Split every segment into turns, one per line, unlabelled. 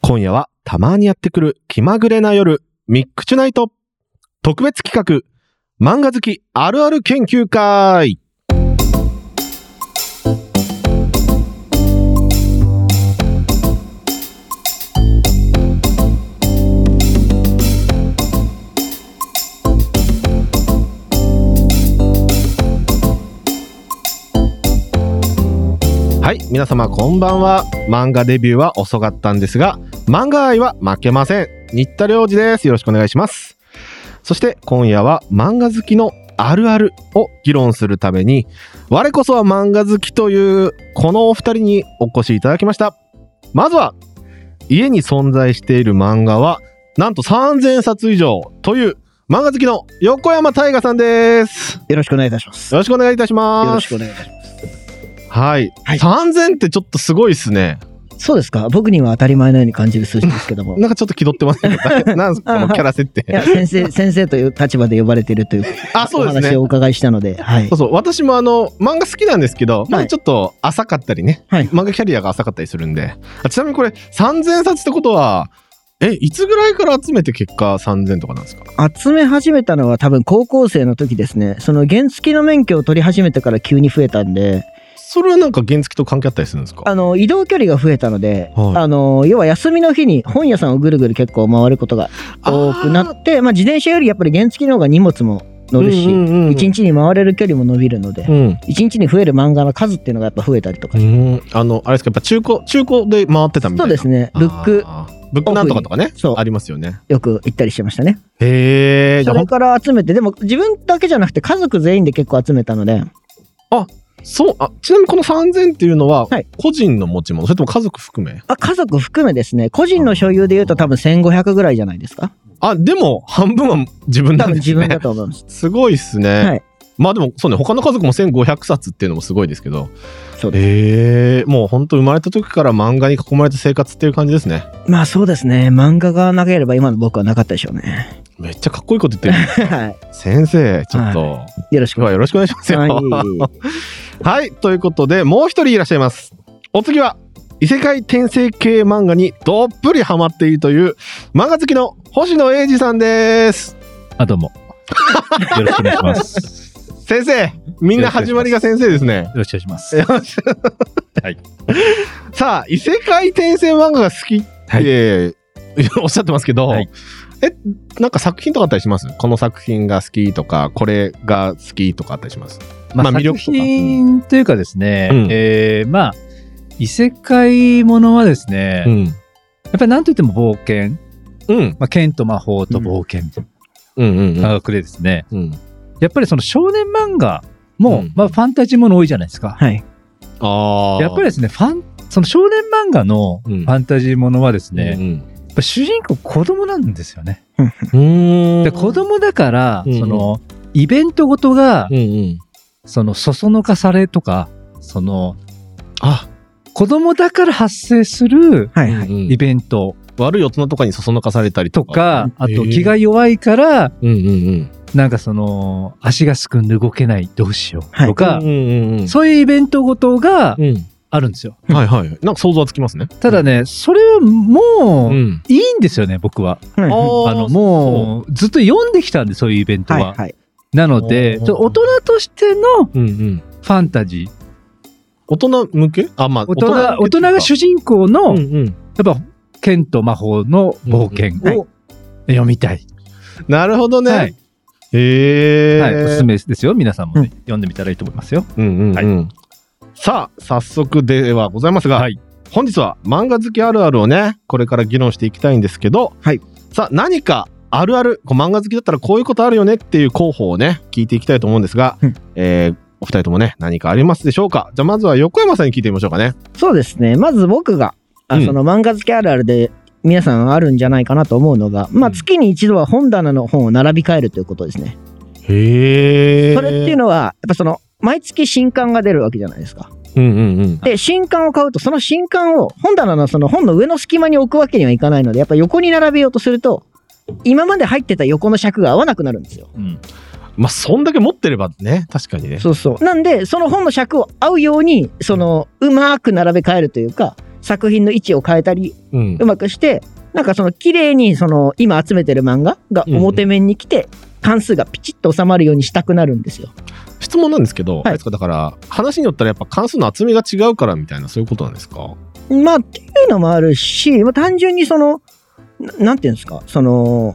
今夜はたまにやってくる気まぐれな夜、ミックチュナイト。特別企画、漫画好きあるある研究会。はい、皆様こんばんは。漫画デビューは遅かったんですが、漫画愛は負けません。新田良二です。よろしくお願いします。そして今夜は漫画好きのあるあるを議論するために、我こそは漫画好きというこのお二人にお越しいただきました。まずは、家に存在している漫画は、なんと3000冊以上という漫画好きの横山大河さんです。
よろしくお願いいたします。
よろしくお願いいたします。
よろしくお願いいたしま
はい、
はい
3000ってちょっとすごいですね。
す。そうですか僕には当たり前のように感じる数字ですけども。い
なんかちょっと気取ってますけ ど、ななんですか、このキャラ設定。
や、先生、先生という立場で呼ばれているという
あ、
お
そうです
話
ね
を。お伺いしたので、はい
そ。うそう、私もあの、漫画好きなんですけど、ま
は
あ
い
ちょっと浅かったりね、
はい
漫画キャリアが浅かったりするんで、あちなみにこれ、3000冊ってことは、え、いつぐらいから集めて結果3000とかなんですか
集め始めたのは多分高校生の時ですね。その原付の免許を取り始めてから急に増えたんで、
それはなんか原付と関係あったりするんですか
あの、移動距離が増えたので、
はい
あの、要は休みの日に本屋さんをぐるぐる結構回ることが多くな
て
って、まあ自転車よりやっぱり原付の方が荷物も乗るし、
うんうんうん
一日に回れる距離も伸びるので
う、ん。
一日に増える漫画の数っていうのがやっぱ増えたりとか
う。ん、あの、あれですか、やっぱ中古、中古で回ってたみたい
そ
うな。
ですね。
あー。
ブック
ブックなんとかとかね、
そう
ありますよね。
よく行ったりしてましたね。
へえ、じゃあほ
それ
ん
から集めて、でも自分だけじゃなくて家族全員で結構集めたので、
そう、あ、ちなみにこの3000っていうのは
はい、
個人の持ち物、それとも家族含め
あ家族含めですね、個人の所有で言うと多分1500ぐらいじゃないですか。
あ、でも、半分は自分な
多
ん
分
で
自
す
分だ
ね。
と思います。
すごいっすね。
はい
まあでも、そうね、他の家族も1500冊っていうのもすごいですけど。
そうで
へえ、もう本当生まれた時から漫画に囲まれた生活っていう感じですね。
す。まあそうですね、漫画がなければ今の僕はなかったでしょ うね。
めっちゃかっこいいこと言ってる。
は
先生、ちょっと、
い。よろしく
今日はよろしくお願いしますよ。
は
はい、ということで、もう一人いらっしゃいます。お次は、異世界転生系漫画にどっぷりハマっているという、漫画好きの星野英二さんです。
あ、どうも。よろしくお願いします。
先生、みんな始まりが先生ですね。
よろしくお願いします。
よし
はい。
さあ、異世界転生漫画が好きって、
はい
おっしゃってますけど、
はい
え、なんか作品とかあったりしますこの作品が好きとか、これが好きとかあったりしますま
ま
あ
あ、
魅
魅
力
力
とか
作品というかですね、
うん
えーまあ、異世界ものはですね、や
ん。
っぱり何と言っても冒険、
うん。
まあ、剣と魔法と冒険みたい
うんうん
な科学でですね、
うん。
やっぱりその少年漫画も、
うん
まあ、ファンタジーもの多いじゃないですか。
い。
ああ。
やっぱりですね、ファン、その少年漫画の
うん
ファンタジーものはですね、
う
や
ん
っぱ主人公子供なんですよね。
うん。
で子供だから、
うん
その、イベントごとが、
うんうん。
その、そそのかされとか、その、
あ、
子供だから発生する
はいはい。
イベント
悪い大人とかにそそのかされたりと
と
か
か、。あと
へえ
気が弱いから、
うんうん
なんかその、足がすくんで動けない、どうしよう
はい
う
と
ん。
か
うん、うんうん。
そういうイベントごとが
うん。
あるんですよ。
はいはい。なんか想像はつきますね。
ただね、それは
う
もう、
ん。
いいんですよね、僕は。
うんは
あの、もう、ずっと読んできたんで、そういうイベン
い
トは。
はい。
なので、ち
おー
ょっと大人としてのフ
う。うんうん。
ァンタジー。
大人向けあ、まあ、
大人、大人が主
人
人公の、
う
やっ
んうん。
ぱ、剣と魔法の冒険
うんうん
を読みたい。
なるほどね。
はい
へえ、
はい、おすすめですよ。皆さんもね、
うん
読んでみたらいいと思いますよ。
うんうんうん。
は
さあ、早速ではございますが、
はい
本日は漫画好きあるあるをね、これから議論していきたいんですけど、
はい
さあ、何かあるある、こう漫画好きだったらこういうことあるよねっていう候補をね、聞いていきたいと思うんですが、
うん
えーお二人ともね、何かありますでしょうかじゃあ、まずは横山さんに聞いてみましょうかね。
そうですね。まず僕が、あ
うん
その漫画好きあるあるで、皆さんあるんじゃないかなと思うのが、ま
う
あ
ん
月に一度は本棚の本を並び替えるということですね。
へ
それっていうのは、やっぱその、毎月新刊が出るわけじゃないですか。
うんうんうん。
で、新刊を買うと、その新刊を本棚のその本の上の隙間に置くわけにはいかないので、やっぱ横に並べようとすると、今まで入ってた横の尺が合わなくなるんですよ。
うん。
まあ、そんだけ持ってればね、確かにね。
そうそう。なんで、その本の尺を合うように、その、うまく並べ替えるというか、作品の位置を変えたり、
うん
うまくして、なんかその綺麗にその今集めてる漫画が表面に来て、関数がピチッと収まるようにしたくなるんですよ。
質問なんですけど、
い
あれですかだから話によったらやっぱ関数の厚みが違うからみたいなそういうことなんですか
まあっていうのもあるし、まあ、単純にそのななんていうんですかその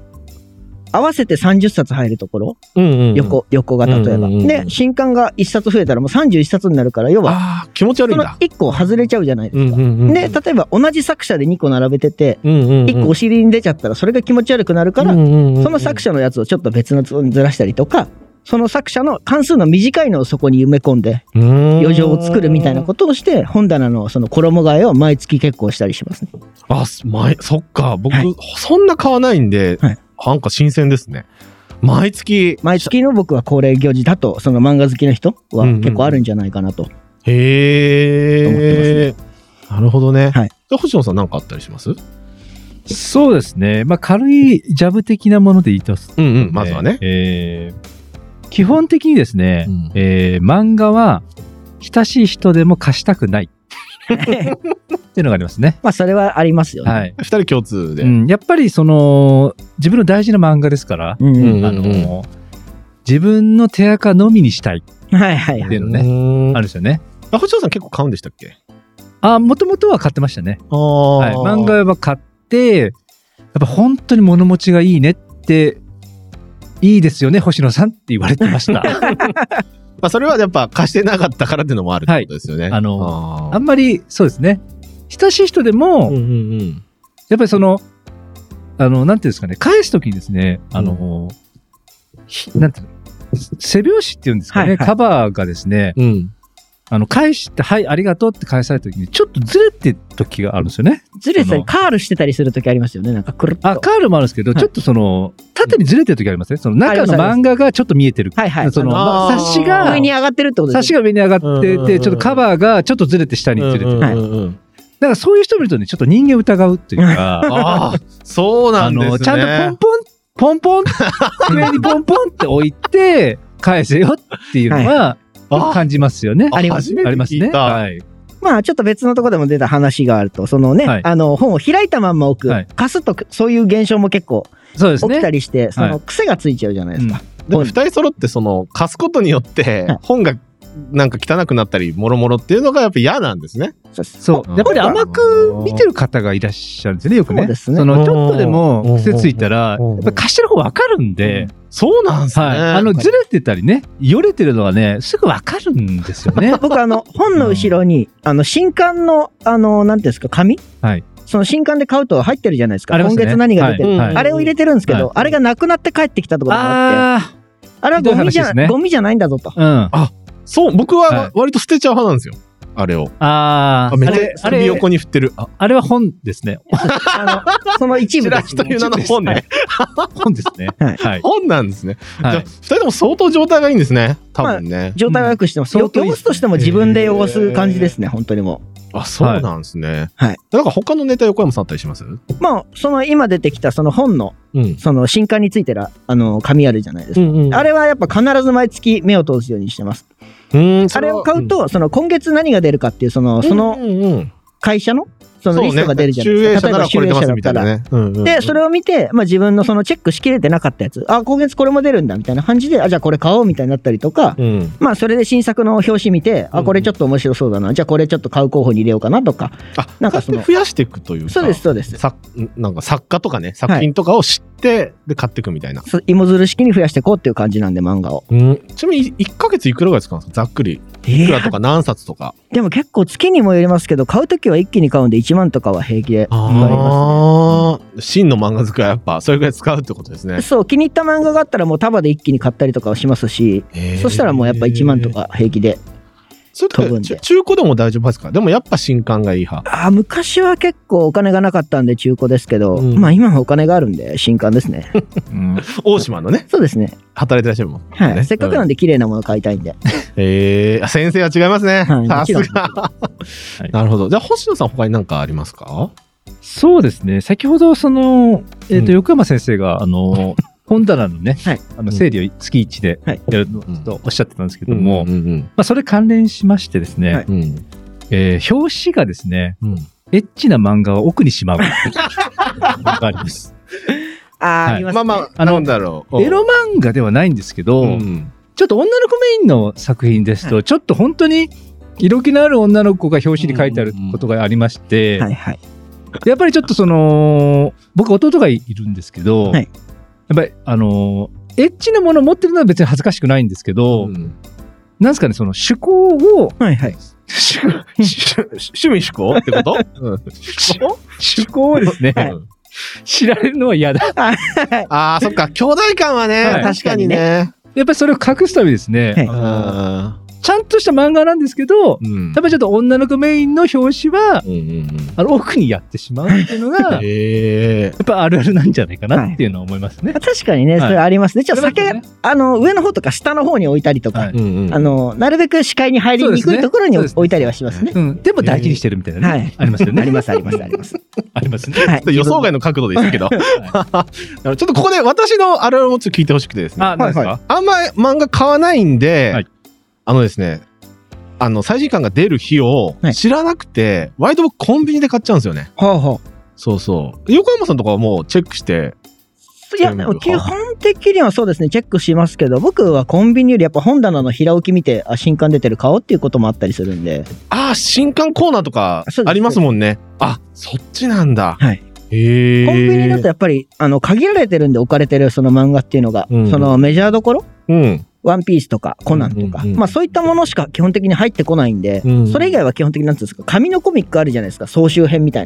合わせて30冊入るところ
うんうん、
横,、横が例えば、
うんうんうんうん
で新刊が1冊増えたらもう31冊になるから要は
ああ気持ち悪い
そ
ん
の
だ
1個外れちゃうじゃないですか。
ん
で例えば同じ作者で2個並べてて
うんうんうん
1個お尻に出ちゃったらそれが気持ち悪くなるから、そ
の
の作者のやつをちょっと別のつにずらしたりとかその作者の関数の短いのをそこに埋め込んで余
余
剰を作るみたいなことをして本棚のその衣替えを毎月結構したりしますね。
とあす前そっか僕、
はい
そんな買わないんで、
はい
なんか新鮮ですね毎月
毎月の僕は恒例行事だとその漫画好きの人は結構あるんじゃないかなと。 思
へえ、なるほどね、
はい
で星野さん何かあったりします
そうですね。まあ、軽いジャブ的なもので言いとす。
うんうんまずはね、
えー基本的にですね、
うん
えー漫画は親しい人でも貸したくない。っていうのがありますね。
まあそれはありますよね。
はい。
二人共通で、
うん、やっぱりその自分の大事な漫画ですから、
うん
うん
あの自分の手垢のみにしたい
はいはい
っ
は
て
い。
いうのね、
ね
あるんですよね。
あ星野さん結構買うんでしたっけ
あ、もともとは買ってましたね。
あー、
はい、漫画は買って、やっぱ本当に物持ちがいいねって、いいですよね、星野さんって言われてました。
まあ、それはやっぱ貸してなかったからっていうのもあるってことですよね。
いあの
あ
あんまりそうですね。親しい人でも、
うんうんうん。
やっぱりその、あの、なんていうんですかね、返すときにですね、あの、ひなんていうの、背表紙っていうんですかね、
はいはい
カバーがですね、
うん。
あの、返して、はい、ありがとうって返されたときに、ちょっとずれてるときがあるんですよね。
ずれてた
そ
り
の
カールしてたりする時ありますよねなんかくるっと。
あ、
は
カールもあるんですけど、
はい
ちょっとその、縦にずれてるときありますね。その
あり
中
ます
の漫画がちょっと見えてる。
いはい。
その、
あ
あー
まあ冊子
の
が
上、に上がってるってことで
冊
す
子
よね。
が上に上がって
うんうんうん
て、ちょっとカバーがちょっとずれて下にずれてる。だ
はい
うん
からそういう人見るとね、ちょっと人間疑うっていうか、
ああ、そうなんですね。
ちゃんとポンポン、ポンポン、上にポンポンって置いて、 返せよっていうのは、
あ
感じますよね。
あ
あ
ります
ります
初めて聞
ね。
いた
はい。
まあちょっと別のところでも出た話があるとそのね、
はい
あの本を開いたまんま置く、
はい
貸すとそういう現象も結構
そうです
起きた
ね。
りして、そ
は
の癖がついちゃうじゃないですか。
でも二人揃ってその貸すことによって
はい
本がなんか汚くなったりもろもろっていうのがやっぱ嫌なんですね。
そうです
そう。やっぱり甘く見てる方がいらっしゃるんですよね、よくね。
そうですね。
その、ちょっとでも癖ついたら、
うん
やっぱ貸してる方わかるんで、
そうなんですね。
はい。あの、ずれてたりね、よれてるのはね、すぐわかるんですよね
僕あの本の後ろに、あの新刊のあのなんていうんですか紙、
はい
その新刊で買うと入ってるじゃないですか
ありま
今
すね
月何が出てる、
はい
うん
あれを入れてるんですけど、
はい
あれがなくなって帰ってきたところがあって
あ
あれはゴミじ
ひどい話で
ゃ、
すね
ゴミじゃないんだぞ と。
あ、うん。
そう、僕
は
はい割と捨てちゃう派なんですよ。あれを。
あ
あ、
あ、
めっ
あ
ち
れ、
ゃ
あ
首
れ、
横に振ってる。あ、
あれは本ですね。
あのその一部
チ
で
ラシという名の本ね。
本ですね。
はい
はい。
本なんですね。じゃ
は
あ
い
二人とも相当状態がいいんですね。多分ね。
状態は良くしても、
相当いい
汚すとしても自分で汚す感じですね、本当にも
あ、そうなんですね。
はい。
なんか他のネタ横山さんあったりしますう
う。まあ、その今出てきたその本の、
ん。
その新刊についてるあの紙あるじゃないですか。あ
あれ
れはやっぱ必ず毎月目を通すようにしてます。あれを買う、と、その今月何が出るかっていう、その、
うん
その
うんうん
会社の、そのリストが出るじゃないですか。
そうね集英社ならこれ出ますみたいなね。
で、それ
を、
を見て、まあ、自分のそのチェックしきれてなかったやつ、あ、今月これも出るんだみたいな感じで、あ、じゃあこれ買おうみたいになったりとか、
うん
まあ、それで新作の表紙見て、
うんう
あ、
ん
これちょっと面白そうだな、じゃあこれちょっと買う候補に入れようかなとか、
あ、な
な
んん
か
か
その
増やしていくというか。
そうです、そうです。
さなんか作家とかね、作品とかを知って、で買っていくみたいな。
そう芋づる式に増やしていこうっていう感じなんで、漫画を。
うんちなみに1ヶ月いくらぐらい使うんですかざっくり。いくらとか何冊とか。
でも結構月にもよりますけど、買うときは一気に買うんで、1万とかは平気で。
ああ、真の漫画好きはやっぱそれぐらい使うってことですね。
そう、気に入った漫画があったら、もう束で一気に買ったりとかはしますし、そしたらもうやっぱ1万と。か平気で
それと
飛ぶ
か
んで
ちゅ中古でも大丈夫ですかでもやっぱ新刊がいい派。
あー昔は結構お金がなかったんで中古ですけど、
うん
まあ今はお金があるんで新刊ですね
うん
大島のね、
そうですね
働いてらっしゃるもん。
はい
ね
せっかくなんで綺麗なもの買いたいんで、
えー、先生は違いますね。
はい
さす
もち
が。
い
なるほど。じゃあ、星野さん、他に何かありますか
そうですね。先ほど、その、えっ、
う
と、
ん
横山先生が、あの、本棚のね、
はい
あの整理を月一で
はい
やるのとおっしゃってたんですけども、
うんうん
まあ、それ関連しましてですね、
はい
うん。
えー表紙がですね、
うん。
エッチな漫画は奥にしまう。わかります。
あー、
はい
あります、ね。
まあまあ、
あの
なんだろう。うん
エロ漫画ではないんですけど、
うん
ちょっと女の子メインの作品ですと、ちょっと本当に色気のある女の子が表紙に書いてあることがありまして、
はいはい。
やっぱりちょっとその、僕弟がいるんですけど、
はい
やっぱりあのーエッチなものを持ってるのは別に恥ずかしくないんですけど、
うん
なんですかね、その趣向を、
はいはい。
趣趣味嗜好ってこと うん
趣向をですね、
はい
うん
知られるのは嫌だ。
ああ、そっか、兄弟感はね、
はい
確かにね。
やっぱりそれを隠すためにですね、
はい
あ
う
のー
ん
ちゃんとした漫画なんですけど、
うん
やっぱりちょっと女の子メインの表紙は、
うんうんうん
あの奥にやってしまうっていうのが、や
へ え。
っぱあるあるなんじゃないかなっていうのは思いますね。
確かにね、そ
はい
れありますね。ちょっと
それ
酒、
はね
あの、上の方とか下の方に置いたりとか、
はい
うんうん
あの、なるべく視界に入りにくいところに
そうですね
置いたりはしますね。
うん、でも大事にしてるみたいなね、
はい
ありますよね。
ありますありますあります。
ありますね。
は
ちょっと予想外の角度でしたけど、 あのちょっとここで私のあるあるもちょっと聞いてほしくてですねあ
あ、なんですか、
は
んま漫画買わないんで、
はい
あのですねあの最新刊が出る日を
はい
知らなくて、割と僕コンビニで買っちゃうんですよね
ほうほう。
そうそう横山さんとかはもうチェックして
いや、
全部
でも基本的にはそうですね、チェックしますけど、僕はコンビニよりやっぱ本棚の平置き見て、あ、新刊出てる顔っていうこともあったりするんで、
ああ新刊コーナーとか
そうです
ありますもんねあそっちなんだ
はい
へえ
コンビニだとやっぱり、あの、限られてるんで置かれてるその漫画っていうのが、
うん
そのメジャーどころ、
うん
ワンピースとかコナンとか、
うんうんうん
まあそういったものしか基本的に入ってこないんで、
うん
それ以外は基本的になんていうんですか、紙のコミックあるじゃないですか、総集編みたい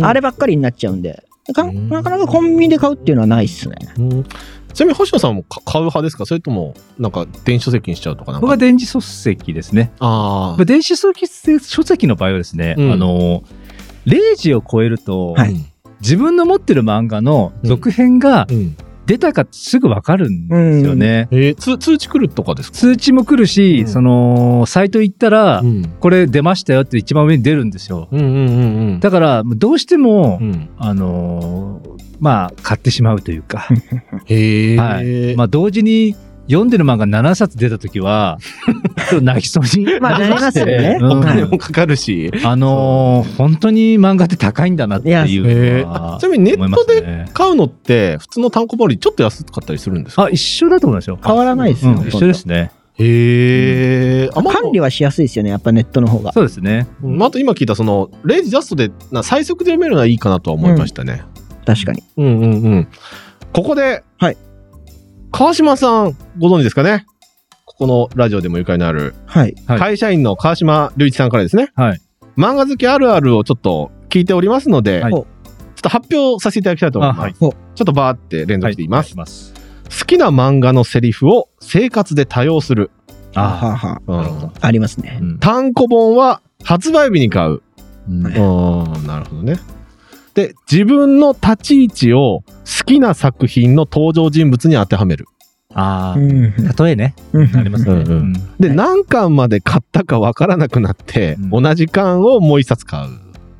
な。あればっかりになっちゃうんで、か
うん
なかなかコンビニで買うっていうのはないっすね。
うんちなみに星野さんもか買う派ですかそれともなんか電子書籍にしちゃうとかなんか
僕は電子書籍ですね。
あ
まあ電子書籍書籍の場合はですね、
うん
あの0時を超えると、
あ、
はい
うん
自分の持ってる漫画の続編が
うん
出たかすぐ分かるんですよね。
えー、つ通知来るとかですか、
通知も来るし、
うん
そのサイト行ったら、
ん、
これ出ましたよって一番上に出るんですよ。
うんうんうんうん
だからどうしても、
うん、
あのーまあ買ってしまうというか、
へえ、
はまあ同時に読んでる漫画7冊出た時はちょっと泣きそうに
まあなりますよね
うん
お金もかかるし、
あのー本当に漫画って高いんだなってい
へ
う
ー
のは
あちなみにネ
思い
ッ
ま
ト
す
で
ね。
買うのって普通の単行本よりちょっと安かったりするんですか
あ一緒だと思いますよ。
変わらないですよ、
うん、
ほとんど
一緒ですね。
へえ、あまあ
管理はしやすいですよね、やっぱネットの方が。
そうですね。
うんまああと今聞いたその0時ジャストでな最速で読めるのはいいかなとは思いましたね、
確かに。
うん、うんうんここで、
はい、
川島さんご存知ですかねここのラジオでもゆかりのある
はい。
はい
会社員の川島隆一さんからですね、
はい
漫画好きあるあるをちょっと聞いておりますので、
はい
ちょっと発表させていただきたいと思います、
あはい
ちょっとバーって連続しています、
はいます。
好きな漫画のセリフを生活で多用する、
あ
はは
うん
なるほど
あります
あ、
ね
う。ん
単行本は発売日に買う、
うん
はい
うんなるほどねで自分の立ち位置を好きな作品の登場人物に当てはめる
あ
うん
あ、例えね、ありますね。
うんうんで、
はい
何巻まで買ったかわからなくなって、
うん
同じ巻をもう一冊買う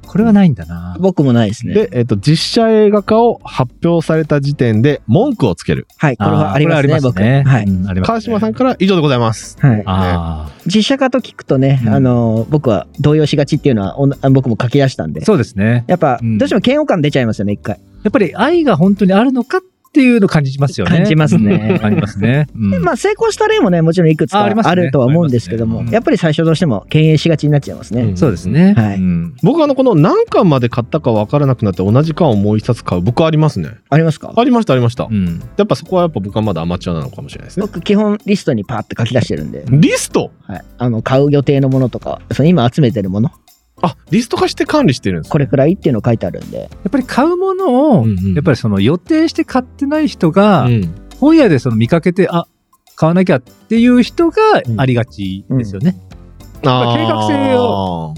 これはないんだな。
僕もないですね。
で、えっと実写映画化を発表された時点で文句をつける
はい、これはありますね、僕。は
はいい。。うんありますね
川島さんから以上でございます。
はい、
あ
実写化と聞くとね、
うん
あのー僕は動揺しがちっていうのはおんあ僕も書き出したんで
あ、そうですね。
やっぱ、
うん
どうしても嫌悪感出ちゃいますよね一回、
やっぱり愛が本当にあるのかっていうのを感じますよね。
感じますね
ありますね。うん
でまあ成功した例もねもちろんいくつか
あありますね
あるとは思うんですけども、
ありますねうん
やっぱり最初どうしても敬遠しがちになっちゃいますね、
うん
そうですね。
はい
うん
僕はあのこの何巻まで買ったか分からなくなって同じ巻をもう一冊買う僕はありますね
ありますか
ありましたありました、
うん
やっぱそこはやっぱ僕はまだアマチュアなのかもしれないですね
僕基本リストにパーって書き出してるんで、
リスト
はい、あの買う予定のものとかその今集めてるもの
あリスト化して管理してるんです
これくらいっていうの書いてあるんで
やっぱり買うものを、
うんうん
やっぱりその予定して買ってない人が、
うん
本屋でその見かけて、あ買わなきゃっていう人がありがちですよね。
あー
計画性を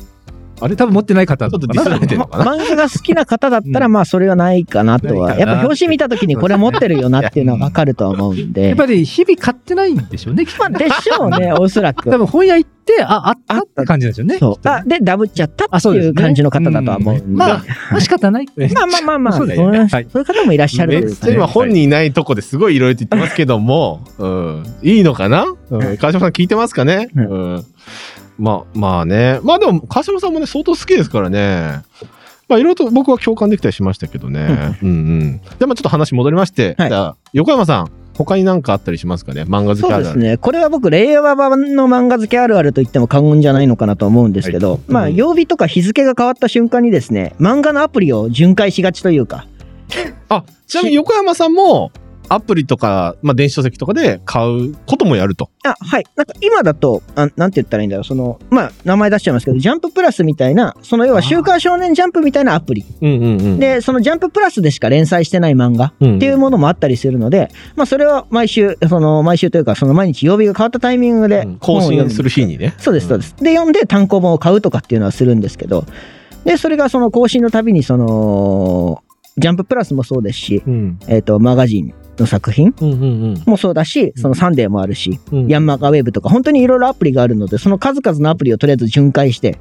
あれ
多分持ってない方
ちょ
と
っと
か
ディスら
な
れてる
ま
のかな
漫画が好きな方だったら
う
まあそれはないかなと
な
はい
か
や
な
っぱ表紙見た時にこれ持ってるよなっていうのは分かるとは思うん
や
で
っぱり日々買ってないんでしょうね。きっと
まあでしょうねおそらく
多分本屋行って、あ、あった
あ
っ
った
て感じなんですよね。
そう
きっとね
あでダブっちゃった
あ
って
そうで
い
す
う
ね
感じの方だとは思うんで
うんまあまあ仕方ない。
まあまあまあまあ、
そ
そ
うです
う
よ
い
ね
うそういう方もいらっしゃ
め
ると
っ
いう
ち
か
ゃ
ね
今本人いないとこですごいいろいろ言ってますけども、うん、いいのかな、うん川島さん聞いてますかね、
う
うんんまあ、まあね。まあでも、川島さんもね、相当好きですからね。まあ、いろいろと僕は共感できたりしましたけどね。うんうん。で、まあ、ちょっと話戻りまして、
はい
じゃあ横山さん、他に何かあったりしますかね漫画好き
そ
あ
う
る
ですね。これは僕、令和版の漫画付けあるあると言っても過言じゃないのかなと思うんですけど、
はい
まあ、
うん
曜日とか日付が変わった瞬間にですね、漫画のアプリを巡回しがちというか、
あちなみに横山さんも、アプリとか、まあ、電子書籍とかで買うこともやると。
あ、はい。なんか今だと、あなんて言ったらいいんだろう、その、まあ、名前出しちゃいますけど、ジャンププラスみたいな、その要は週刊少年ジャンプみたいなアプリ。
うんうんうん。
で、そのジャンププラスでしか連載してない漫画。
うん、
っていうものもあったりするので、まあ、それを毎週、その毎週というか、その毎日曜日が変わったタイミングで
うん更新する日にね。
そうです、そうです。で、読んで単行本を買うとかっていうのはするんですけど、で、それがその更新のたびに、その、ジャンププラスもそうですし、
うん。
えっ、と、マガジンの作品
うんうん
もそうだし、そのサンデーもあるし、
うん。
ヤンマガウェブとか、本当にいろいろアプリがあるので、その数々のアプリをとりあえず巡回して、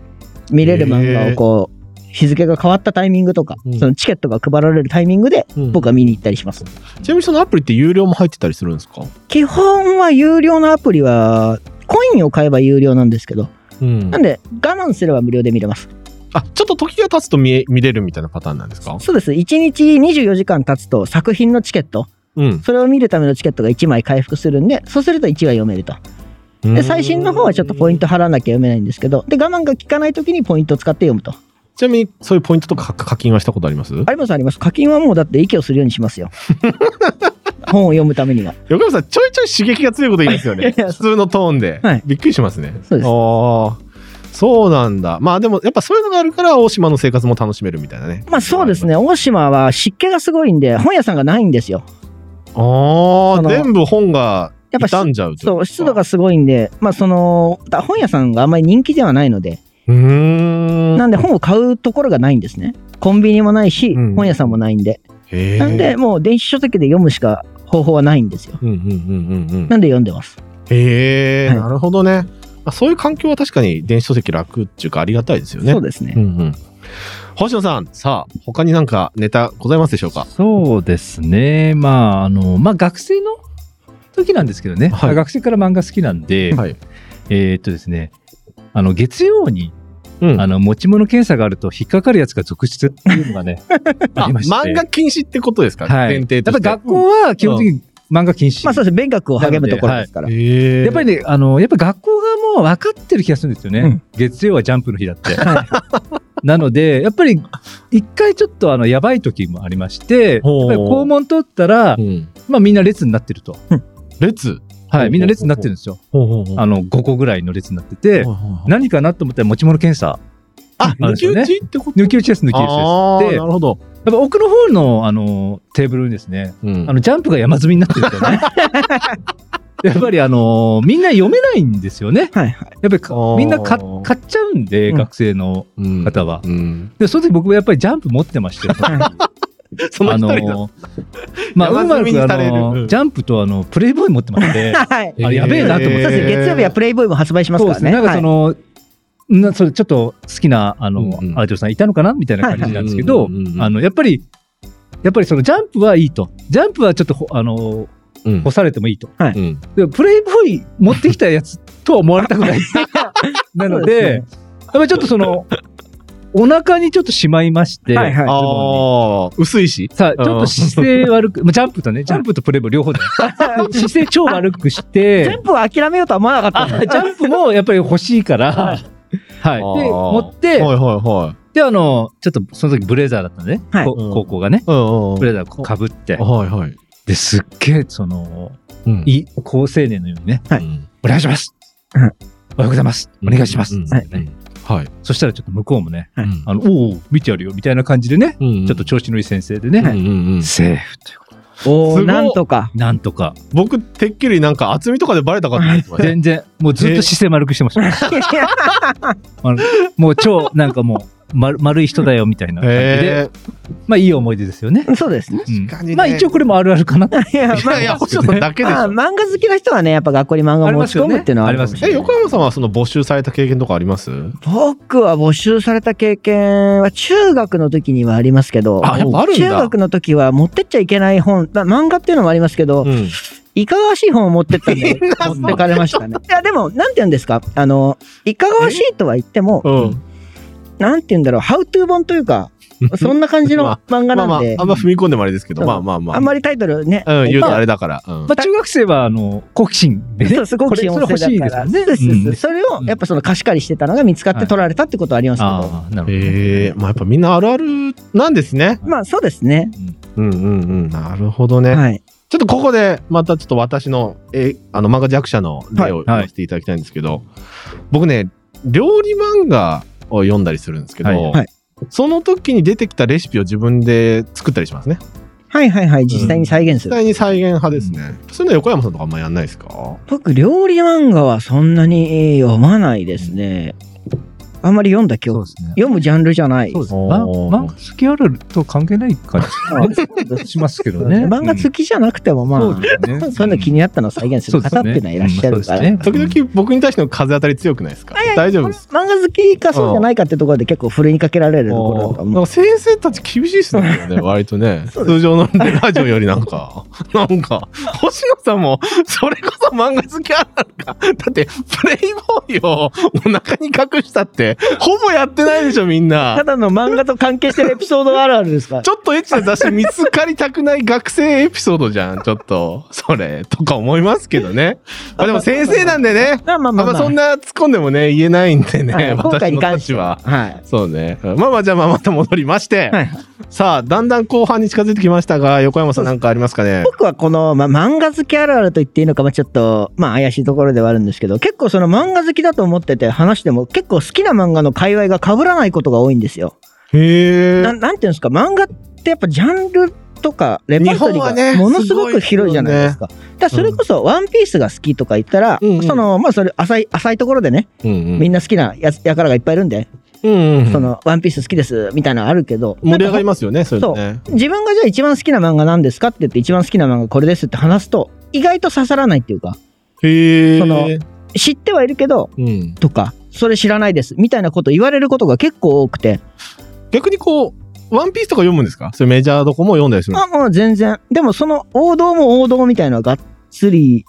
見れる漫画をこう、日付が変わったタイミングとか、
うん
そのチケットが配られるタイミングで、
うん
僕は見に行ったりします。
ちなみにそのアプリって有料も入ってたりするんですか
基本は有料のアプリは、コインを買えば有料なんですけど、
うん
なんで我慢すれば無料で見れます。
あ、ちょっと時が経つと見え見れるみたいなパターンなんですか
そうです。1日24時間経つと作品のチケット、
うん。
それを見るためのチケットが1枚回復するんで、そうすると1話読めると。で、最新の方はちょっとポイン
ト。
ト払わなきゃ読めないんですけど、で、我慢が効かない時にポイントを使って読むと。
ちなみに、そういうポイントとか課金はしたことあります
ありますあります。課金はもうだって息をするようにしま すよ。本を読むためには。
横山さん、ちょいちょい刺激が強いこと言いますよ
いや
ね。
いや
普通のトーンで。
はい
びっくりしますね。
そうです
あーそうなんだ。まあでも、やっぱそういうのがあるから、大島の生活も楽しめるみたいなね。
まあそうですね、大島は湿気がすごいんで、本屋さんがないんですよ。
あ
そ
あ、
の
全部本が
やっぱし
傷んじゃうといか
そう、湿度が。すごいんで、まあその、だ本屋さんがあんまり人気ではないので、
うーん。
なんで本を買うところがないんですね。コンビニもないし、
うん
本屋さんもないんで。
へー
なんで、、もう電子書籍で読むしか方法はないんですよ。
うんうんうんうんうん。
なんで読んでます。
へえ、
はい
なるほどね。まあそういう環境は確かに電子書籍楽っていうかありがたいですよね。
そうですね。
うんうん。星野さん、さあ、他になんかネタございますでしょうか
そうですね。まあ、あの、まあ、学生の時なんですけどね。
はい
学生から漫画好きなんで、
はい。
えーっとですね、あの、月曜に、
うん。
あの、持ち物検査があると引っかかるやつが続出っていうの がね、ありまして。
漫画禁止ってことですか、
はい。
前提と
や
し。
ってぱ学校は基本的に漫画禁止。
まあそうです。勉学を励むところですから。
へえ
やっぱりね、あの、やっぱ学校がもう分かってる気がするんですよね。
うん
月曜はジャンプの日だって。 なので、やっぱり、一回ちょっとあの、やばい時もありまして、やっぱ
ほう
り校門通ったら
う、ん、
まあみんな列になってると。
列
は
ほうほうほう
い、みんな列になってるんですよ。
ほうほうほう
あの、5個ぐらいの列になってて、
ほう
何かなと思ったら持ち物検査。
あ、
ある
抜
んです
き
よね
打ちってこと
抜き打ちです、抜き打ちです。
あー
で
なるほど。
やっぱ奥の方の、あの、テーブルにですね、
うん
あの、ジャンプが山積みになってるんです よね。やっぱりあのみんな読めないんですよね。
はいはい。
やっぱりか
あー
みんなか買っちゃうんで、
うん
学生の
うん
方は。
うん
で、その時僕もやっぱりジャンプ持って まして、
その
あ
一人
の
だ
まあ、う
山
ま
積みに
くあ
されるうん
の、ジャンプとあの、プレイボーイ持ってまし て、
はい。
あやべえなと思って
そうですね。月曜日はプレイボーイも発売します
そう
から
ですね。
ね。
なんかそ
はい
の、なそれちょっと好きな、あ
うん
の
う、ん
アーティストさんいたのかなみたいな感じなんですけど
うんうんうんう、ん
あの、やっぱり、やっぱりそのジャンプはいいと。ジャンプはちょっとほ、あの、
うん
干されてもいいと。
うん
でもプレイボーイ持ってきたやつとは思われたくない。なので、やっぱりちょっとその、お腹にちょっとしまいまして、
はいはい
ズボンに
あー薄いし。
さあ、ちょっと姿勢悪く、まあ、ジャンプとね、ジャンプとプレイボーイ両方で、 姿勢超悪くし
全
て、
部を諦めようとは思わなか
あ
ったんだ。
ジャンプもやっぱり欲しいから、はい。
あ
で、
ー
持っ
はい
て、
はいはい。
で、あの、ちょっとその時ブレザーだったのね、
はい
こ
うん
高校がね、
うんうんうん
ブレザーかぶって、
はいはい。
で、すっげえ、その、
うん
いい高青年のようにね、
は
う
い
ん
お願いします、
うん
おはようございますお願いします、
うん
つってね
はい。
そしたらちょっと向こうもね、
はい
うん
あの、おお、見てやるよ、みたいな感じでね、
うん
ちょっと調子のいい先生でね、
うんうんうん
セーフというこ
お
すご
お、
い
なんとか。
と。なんとか、
僕、てっきりなんか厚みとかでバレたかと思ってました。
全然、もうずっと姿勢丸くしてました。あのもう超、なんかもう、丸丸い人だよ、みたいな感じで、
え
まあ、いい思い出ですよね。
そうですね。
うん
確かにね
まあ、一応これもあるあるかな。
いや、
ー、い
まあ
やいや、星野さんだけでし
まあ
ょ。
漫画好きな人はね、やっぱ学校に漫画を持ち込むっていうのはあるかもしれない
え、横山さんはその募集された経験とかあります
僕は募集された経験は中学の時にはありますけど、
あやっぱあるんだ
中学の時は持ってっちゃいけない本、まあ漫画っていうのもありますけど、
ん。
いかがわしい本を持ってったんで、
みんなそ
持
う
っ てかれましたね。いや、でも、なんて言うんですか、あの、いかがわしいとは言っても、
うん。
なんて言うんだろう、ハウトゥー本というか、そんな感じの
ま
漫画
まあま
な
あ
んで、、
あんま踏み込んでもあれですけど、
うん
まあまあまあ。
あんまりタイトルね、
うん、言うとあ
まあ
れだから。うん
まあ、中学生は、あの、好奇心でね
そ。うすごく幸
これそ
せ
れ
だ
欲しい
から、
ですよね
そうそうそう
うん
それをやっぱその貸し借りしてたのが見つかっ
は
て
い
取られたってことはありますけど、
ああ、なるほど。
ええまあやっぱみんなあるあるなんですね。
まあそうですね。
うんうんうん。なるほどね。
はい。
ちょっとここで、またちょっと私の、え、あの、漫画弱者の例を言わせていただきたいんですけど、僕ね、料理漫画を読んだりするんですけど、
はい
はい
その時に出てきたレシピを自分で作ったりしますね。
はいはいはい、実際に再現す
実
る。
際に再現派ですね。そういうの横山さんとかあんまやんないですか
僕、料理漫画はそんなに読まないですね。あんまり読んだ記
そう
憶。
ですね。
読むジャンルじゃない。
そうですね。
お
ま
ー
漫画好きあると関係ない感じしますけ どね。
漫画好きじゃなくてもまあ、
そうですね。
そういうの気になったのを再現する方っていうのはいらっしゃるから。
うんそ
時
うですね
々僕に対しての風当たり強くないですか大丈夫です。
漫画好きかそうじゃないかってところで結構ふるいにかけられるところだと
なん
思う。
か先生たち厳しいですね、 ね割とね。
そう
通常のラジオよりなんか、なんか、星野さんも、それこそ漫画好きあるなのか。だって、プレイボーイをお腹に隠したって、ほぼやってないでしょ、みん
た
な。
だの漫画と関係してるエピソードあるあるですか
ちょっとエッチな雑誌見つかりたくない学生エピソードじゃん、ちょっと。それ、とか思いますけどね。まあでも先生なんでね。
まあま
あ
あま
ん
あ、
ま
まあ、
そんな突っ込んでもね、言えないんで
はい
ね、
今回
私
に
の
関
た
して
ちは。
はい。
そうね。まあまあ、じゃあまあまた戻りまして。
はい
さあ、だんだん後半に近づいてきましたが、横山さんなんかありますかね
僕はこの、まあ、漫画好きあるあると言っていいのか、まあ、ちょっと、まあ、怪しいところではあるんですけど、結構その漫画好きだと思ってて話しても、結構好きな漫画の界隈が被らないことが多いんですよ。
へ
ななんていうんですか、漫画ってやっぱジャンルとか、レパートリ
日本は
ー
ね
がものすごく広いじゃないですか。だからそれこそ、ワンピースが好きとか言ったら、
うんうん
その、まあ、それ浅い、浅いところでね、
うんうん
みんな好きなやつ、やからがいっぱいいるんで、
うんうん
その、ワンピース好きです、みたいなのあるけど、
盛り上がりますよね、それね。
自分がじゃあ一番好きな漫画なんですかって言って一番好きな漫画これですって話すと意外と刺さらないっていうか
へえ。
その知ってはいるけど
うん、
とかそれ知らないですみたいなこと言われることが結構多くて
逆にこう、ワンピースとか読むんですかそういうメジャーどこも読んだりする
あもう全然でもその王道も王道みたいなのがっつり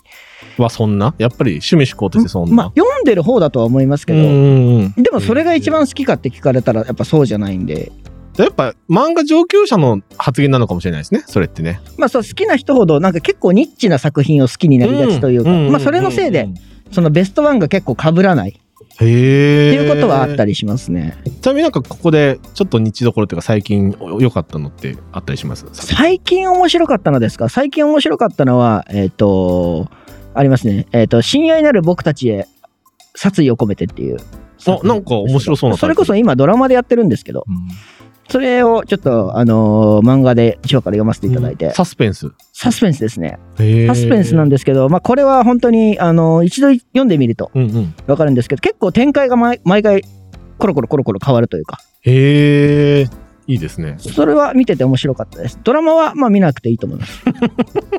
はそんなやっぱり趣味嗜好としてそんな。
まあ読んでる方だとは思いますけ
う
ど、
んうんうん
でもそれが一番好きかって聞かれたらやっぱそうじゃないんで
やっぱ漫画上級者の発言なのかもしれないですね、それってね。
まあそう好きな人ほどなんか結構ニッチな作品を好きになりがちというか、
んんんん
まあそれのせいで。そのベストワンが結構被らないっ
へ
て
え。
いうことはあったりしますね。
ちなみになんかここでちょっと日どころというか最近お良かったのってあったりします
最近面白かったのですか最近面白かったのはえっ、とありますねえっ、と「親愛なる僕たちへ殺意を込めて」っていう
あなんか面白そうな
それこそ今ドラマでやってるんですけど
うん
それをちょっとあのー漫画で一話から読ませていただいて、
サスペンス
サスペンスですね
サ
サスペンスなん
で
ですけど、まあこれは本当にあのー一度読んでみると
うんうん
わかるんですけど結構展開が毎毎回コロコロコロコロ変わるというか
へえいいですね
それは見てて面白かったです。ドラマはまあ見なくていいと思い ます。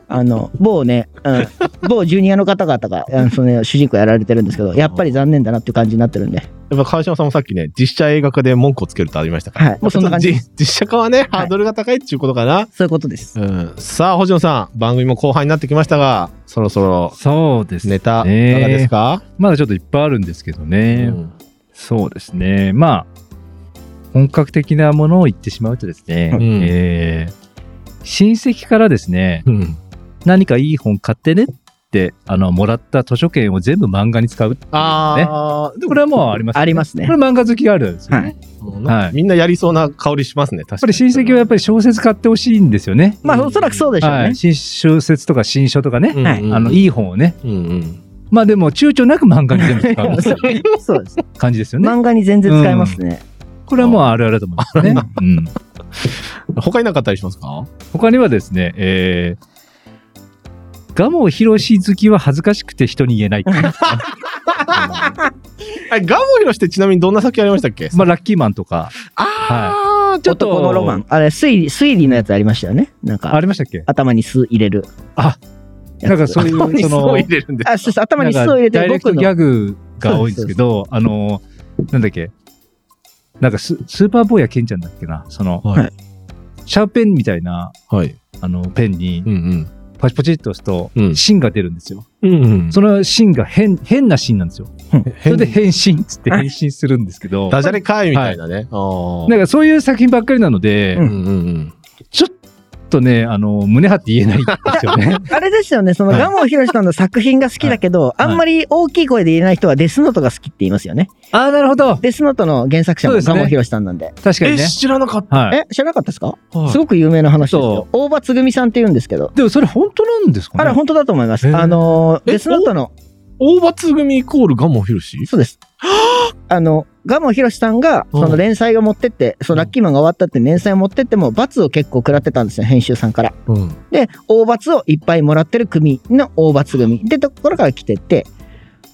あの某ね、うん、某ジュニアの方々があのその、主人公やられてるんですけど、やっぱり残念だなっていう感じになってるんで、
やっぱ川島さんもさっきね実写映画化で文句をつけるとありましたから
はい、もうそんな感じ
やっぱちょっとじ実写化はねハードルが高いっていうことかな、
そういうことです。
うん、さあ星野さん番組も後半になってきましたがそろそろ
そうですね。
ネタいか
ね
がですか、
まだちょっといっぱいあるんですけどね。
うん
そうですね。まあ、本格的なものを言ってしまうとですね、
うん
えー親戚からですね、
うん
何かいい本買ってねって、あの、もらった図書券を全部漫画に使うっていうね。
ああ、で
これはもうありますよね
ありますね
これ漫画好きがあるんですよね。
はい
もなんかみんなやりそうな香りしますね、確
やっぱ
か
り
に。
親戚はやっぱり小説買ってほしいんですよね。
まあおそらくそうでしょうね。
はい、新小説とか新書とかね、
うん
はい
あのいい本をね。
うんうん
まあでも躊躇なく漫画に全部使う
そう そうです、
感じです よね。
漫画に全然使えますね。
これはもうあるあるだと思いますね。うん、
他になかったりしますか
他にはですね、えー、ガモ博士好きは恥ずかしくて人に言 えない。
あガモヒロシってちなみにどんな作品ありましたっけ
まあラッキーマンとか
ああ、ちょっと。
男のロマン。あれ推理、推理のやつありましたよね。なん
あ
か、
りましたっけ
頭に酢入れる。
あ
やつ
なんかそういう
頭に
その
そう入れるんで。
あ、そうそう頭
なん
に酢を
か
入れ
ダ
て
イレク
僕
トギ
の。
ャグが多いんですけど、あのー、なんだっけ、なんかススーパーボーイやケンちゃんだっけな、その、
はい
シャーペンみたいな
はい。
あのペンに
うんうん。
パチパチっと押すと
う、ん
芯が出るんですよ。
うんうん
その芯が変、変な芯なんですよ。それで
変
変身っつって変身するんですけど、
ダジャレかいみたいなね。ああ
なんかそういう作品ばっかりなので、
うん
うんうん
ちょっとね、あの、胸張って言えないんですよね。
あれですよね、その、
はい
蒲生博さんの作品が好きだけど、あんまり大きい声で言えない人はデスノートが好きって言いますよね。
ああ、なるほど。
デスノートの原作者
そう
も
ですね
蒲生博さんなんで。
確かに
え、
ね。
知らなかっ
はい。
え、知らなかったですか
た。
すごく有名な話ですよ
そ。
大場つぐみさんって言うんですけど。
でもそれ本当なんですかね
あれ、本当だと思います。
へー
あの、
え
デスノートの、
大罰組イコール蒲生博士
そう です。あの、ガモヒロシさんが、
うん
その連載を持ってって、そのラッキーマンが終わったって連載を持ってっても、罰を結構食らってたんですよ、編集さんから。
うん。
で、大罰をいっぱいもらってる組の大罰組ってところから来てて、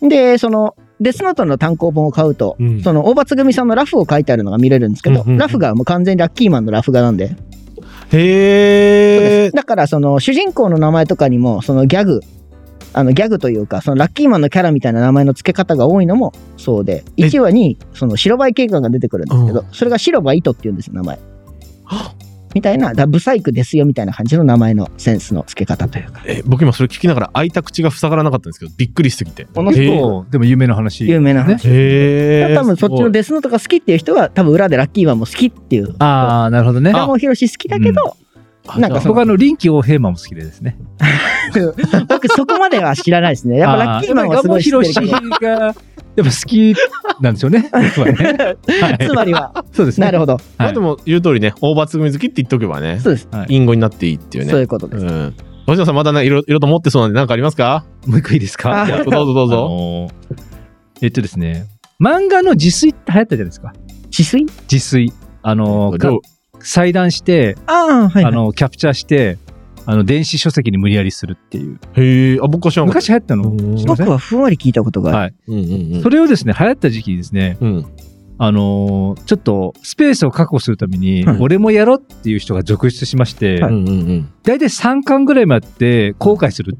で、その、デスノートの単行本を買うと、
うん
その大罰組さんのラフを書いてあるのが見れるんですけど、
うんうんうん
ラフがもう完全にラッキーマンのラフ画なんで、そ
へ
うで
え
す。だからその主人公の名前とかにもそのギャグあのギャグというかそのラッキーマンのキャラみたいな名前の付け方が多いのもそうで
え
1話にその白バイ警官が出てくるんですけど、
う
それが白バイトっていうんですよ名前みたいなダブサイクですよみたいな感じの名前のセンスの付け方というか
え僕今それ聞きながら開いた口が塞がらなかったんですけどびっくりしすぎて
この
へ
人
そうでも有名な話。
有名な話、
へえ
多分そっちのデスノートが好きっていう人は多分裏でラッキーマンも好きっていう
ああ、なるほどね。
平野博士好きだけど、なんかその
僕あの、臨機応変マンも好きでですね。
僕そこまでは知らないですねやっぱラッキーマンはすごい知ってるけ
あー
ど
やっぱりガモヒロシが、やっぱ好きな んですよね。僕はね
つまり は
そうですね。
なるほど
ま
は
あ
い
でも言う通りね大罰組好きって言っとけばね
そうです
隠語になっていいっていう
そうい
ね
うことです、
うん星野さんまだねいろいろと持ってそうなんで何かありますか
もう一個いいですか
あ
いやどうぞどうぞ
あのーえっとですね、漫画の自炊って流行ったじゃないですか。
治水
自炊。あのー
どう
か裁断して、
ああ、はい、
あのーキャプチャーして、あの、電子書籍に無理やりするっていう。
へえあ僕は知らなかった
昔流行ったの
うん
知りませ
僕
ん
はふんわり聞いたことがある。
はい。
うんうんうん
それをですね、流行った時期にですね、
うん
あのーちょっとスペースを確保するために、
はい
俺もやろうっていう人が続出しまして、
うんうんうん
大体3巻ぐらいまでやって後悔する。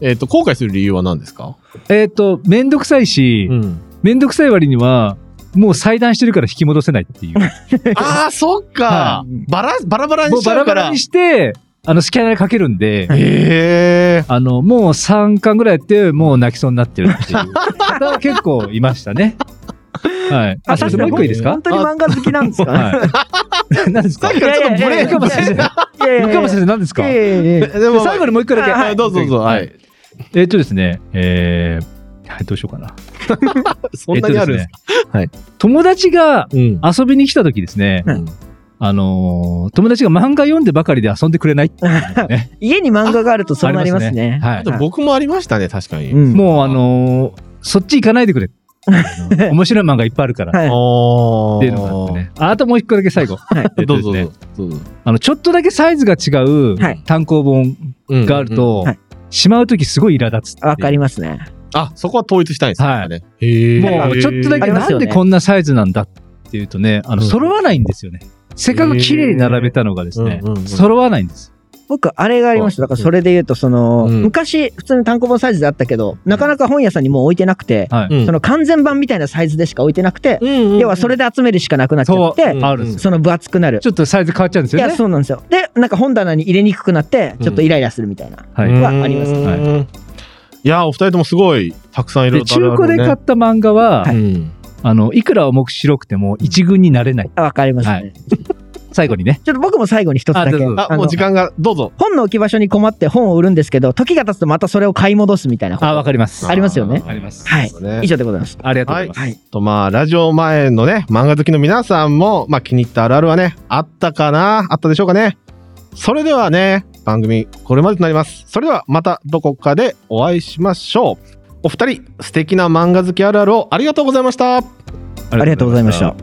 えっと後悔する理由は何ですか
えっと、めんどくさいし、
ん
めんどくさい割には、もう裁断してるから引き戻せないっていう。
あーそっかバラバラバラ
も
に
う
しち
バ
ゃ
ラ
う
バ
か
ラ
ら
にして、あの、スキャナーかけるんで、
へえ
あの、もう3巻ぐらいやって、もう泣きそうになってるっ ていう方は結構いましたね。はい。あ、それ
確
も
かに
う一個いいですか
本当に漫画好きなんですか、
はい。 何ですか
さっきからちょっとブレーク
横山
も
先生、
いやいやいや
横山先生何ですか
いやいやい
で
や
で最後にもう一個だけ。
あは
はいどうぞどうぞはい。
えっとですね、えー、はい、どうしようかな。
そんなにあるんですか
えっとですね
はい
友達が
うん
遊びに来た時ですね、
うん
あのー友達が漫画読んでばかりで遊んでくれないっていうのがね。
家に漫画があるとそうなりますね。
はい
で。も僕もありましたね確かに
うん
もう あのーそっち行かないでくれ。面白い漫画いっぱいあるから。っ
はい
お
ていうのがあってね。ああともう一個だけ最後。
はい
えっ
どう
とです
ぞ
ね
どうぞどうぞ。
あの、ちょっとだけサイズが違う
はい
単行本がある
うんうんうん
と、
はい
しまう時すごい苛立つっていう。
わかりますね。
あそこは統一したいんです
はい
ね。へ
もうあのちょっとだ
あ
け
ります
な
よ
ん
ね
でこんなサイズなんだっていうとね、あの
うん
揃わないんですよね。せっかく綺麗に並べたのがですね
うんうんう、ん
揃わないんです。
僕、あれがありました。だからそれで言うと、その、
うん
昔、普通に単行本サイズであったけど、なかなか本屋さんにもう置いてなくて、
は
う
い。
ん
その完全版みたいなサイズでしか置いてなくて、要はそれで集めるしかなくなっちゃっ
そう
て、
ん
あるんですよ。
その分厚くなる。
ちょっとサイズ変わっちゃうんです
い
よ
や、
ね。
そうなんですよ。で、なんか本棚に入れにくくなって、ちょっとイライラするみたいな。
は
うん
い。
はあります
うん
はい
いやーお二人ともすごいたくさんいろい
で
ろ
中古で買った漫画は
は、
うん
あのいくら重く白くても一軍になれない。
あわかりますね。
はい最後にね。
ちょっと僕も最後に一つだ
あどう
け。
ぞどうぞ
あ
あ
も
の
う時間がどうぞ。
本の置き場所に困って本を売るんですけど、時が経つとまたそれを買い戻すみたいなこと。
あ、わかります。
ありますよね
あります。
はい。
そうね
以上でございます。
ありがとうございます。
はい
とまあラジオ前のね漫画好きの皆さんもまあ気に入ったあるあるはねあったかなあったでしょうかね。それではね番組これまでとなります。それではまたどこかでお会いしましょう。お二人素敵な漫画好きあるあるをありがとうございました。
ありがとうございました。。